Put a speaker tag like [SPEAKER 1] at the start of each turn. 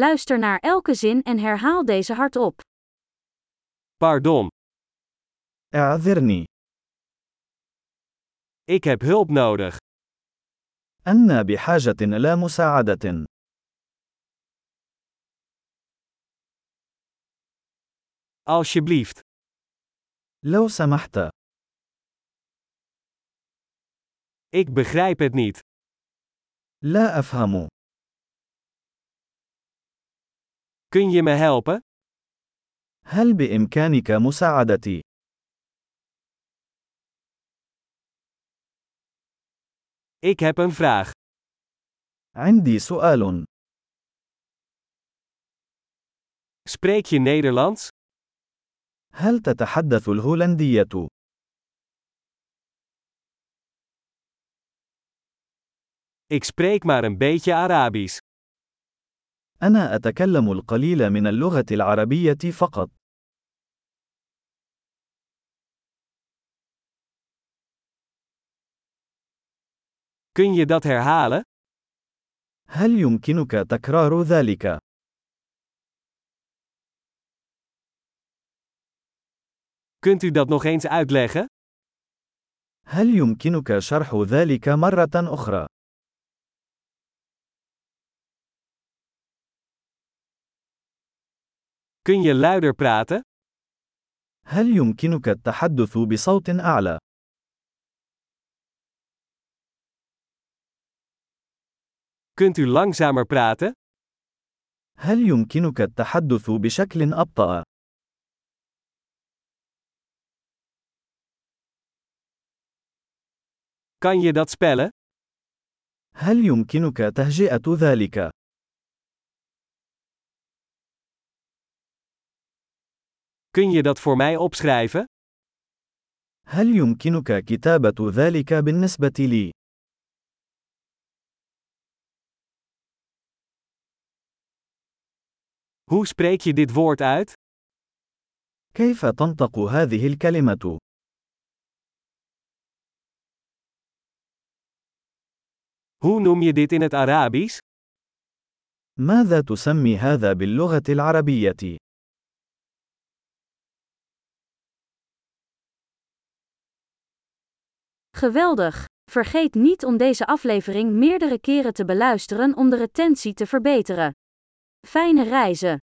[SPEAKER 1] Luister naar elke zin en herhaal deze hardop.
[SPEAKER 2] Pardon,
[SPEAKER 3] اعذرني
[SPEAKER 2] ik heb hulp nodig.
[SPEAKER 3] أنا بحاجة إلى مساعدة
[SPEAKER 2] Alsjeblieft,
[SPEAKER 3] لو سمحت
[SPEAKER 2] ik begrijp het niet.
[SPEAKER 3] لا أفهم
[SPEAKER 2] Kun je me helpen?
[SPEAKER 3] هل بإمكانك مساعدتي
[SPEAKER 2] Ik heb een vraag.
[SPEAKER 3] عندي سؤال
[SPEAKER 2] Spreek je Nederlands?
[SPEAKER 3] هل تتحدث الهولندية
[SPEAKER 2] Ik spreek maar een beetje Arabisch.
[SPEAKER 3] أنا أتكلم القليل من اللغة العربية فقط
[SPEAKER 2] Kun je dat herhalen?
[SPEAKER 3] هل يمكنك تكرار ذلك
[SPEAKER 2] Kunt u dat nog eens uitleggen?
[SPEAKER 3] هل يمكنك شرح ذلك مرة أخرى
[SPEAKER 2] Kun je luider praten?
[SPEAKER 3] هل يمكنك التحدث بصوت أعلى
[SPEAKER 2] Kunt u langzamer praten?
[SPEAKER 3] هل يمكنك التحدث بشكل أبطأ
[SPEAKER 2] Kan je dat spellen?
[SPEAKER 3] هل يمكنك تهجئة ذلك
[SPEAKER 2] Kun je dat voor mij opschrijven?
[SPEAKER 3] هل يمكنك كتابة ذلك بالنسبة لي؟
[SPEAKER 2] Hoe spreek je dit woord uit?
[SPEAKER 3] كيف تنطق هذه الكلمة؟
[SPEAKER 2] Hoe noem je dit in het Arabisch?
[SPEAKER 3] ماذا تسمي هذا باللغة العربية؟
[SPEAKER 1] Geweldig! Vergeet niet om deze aflevering meerdere keren te beluisteren om de retentie te verbeteren. Fijne reizen!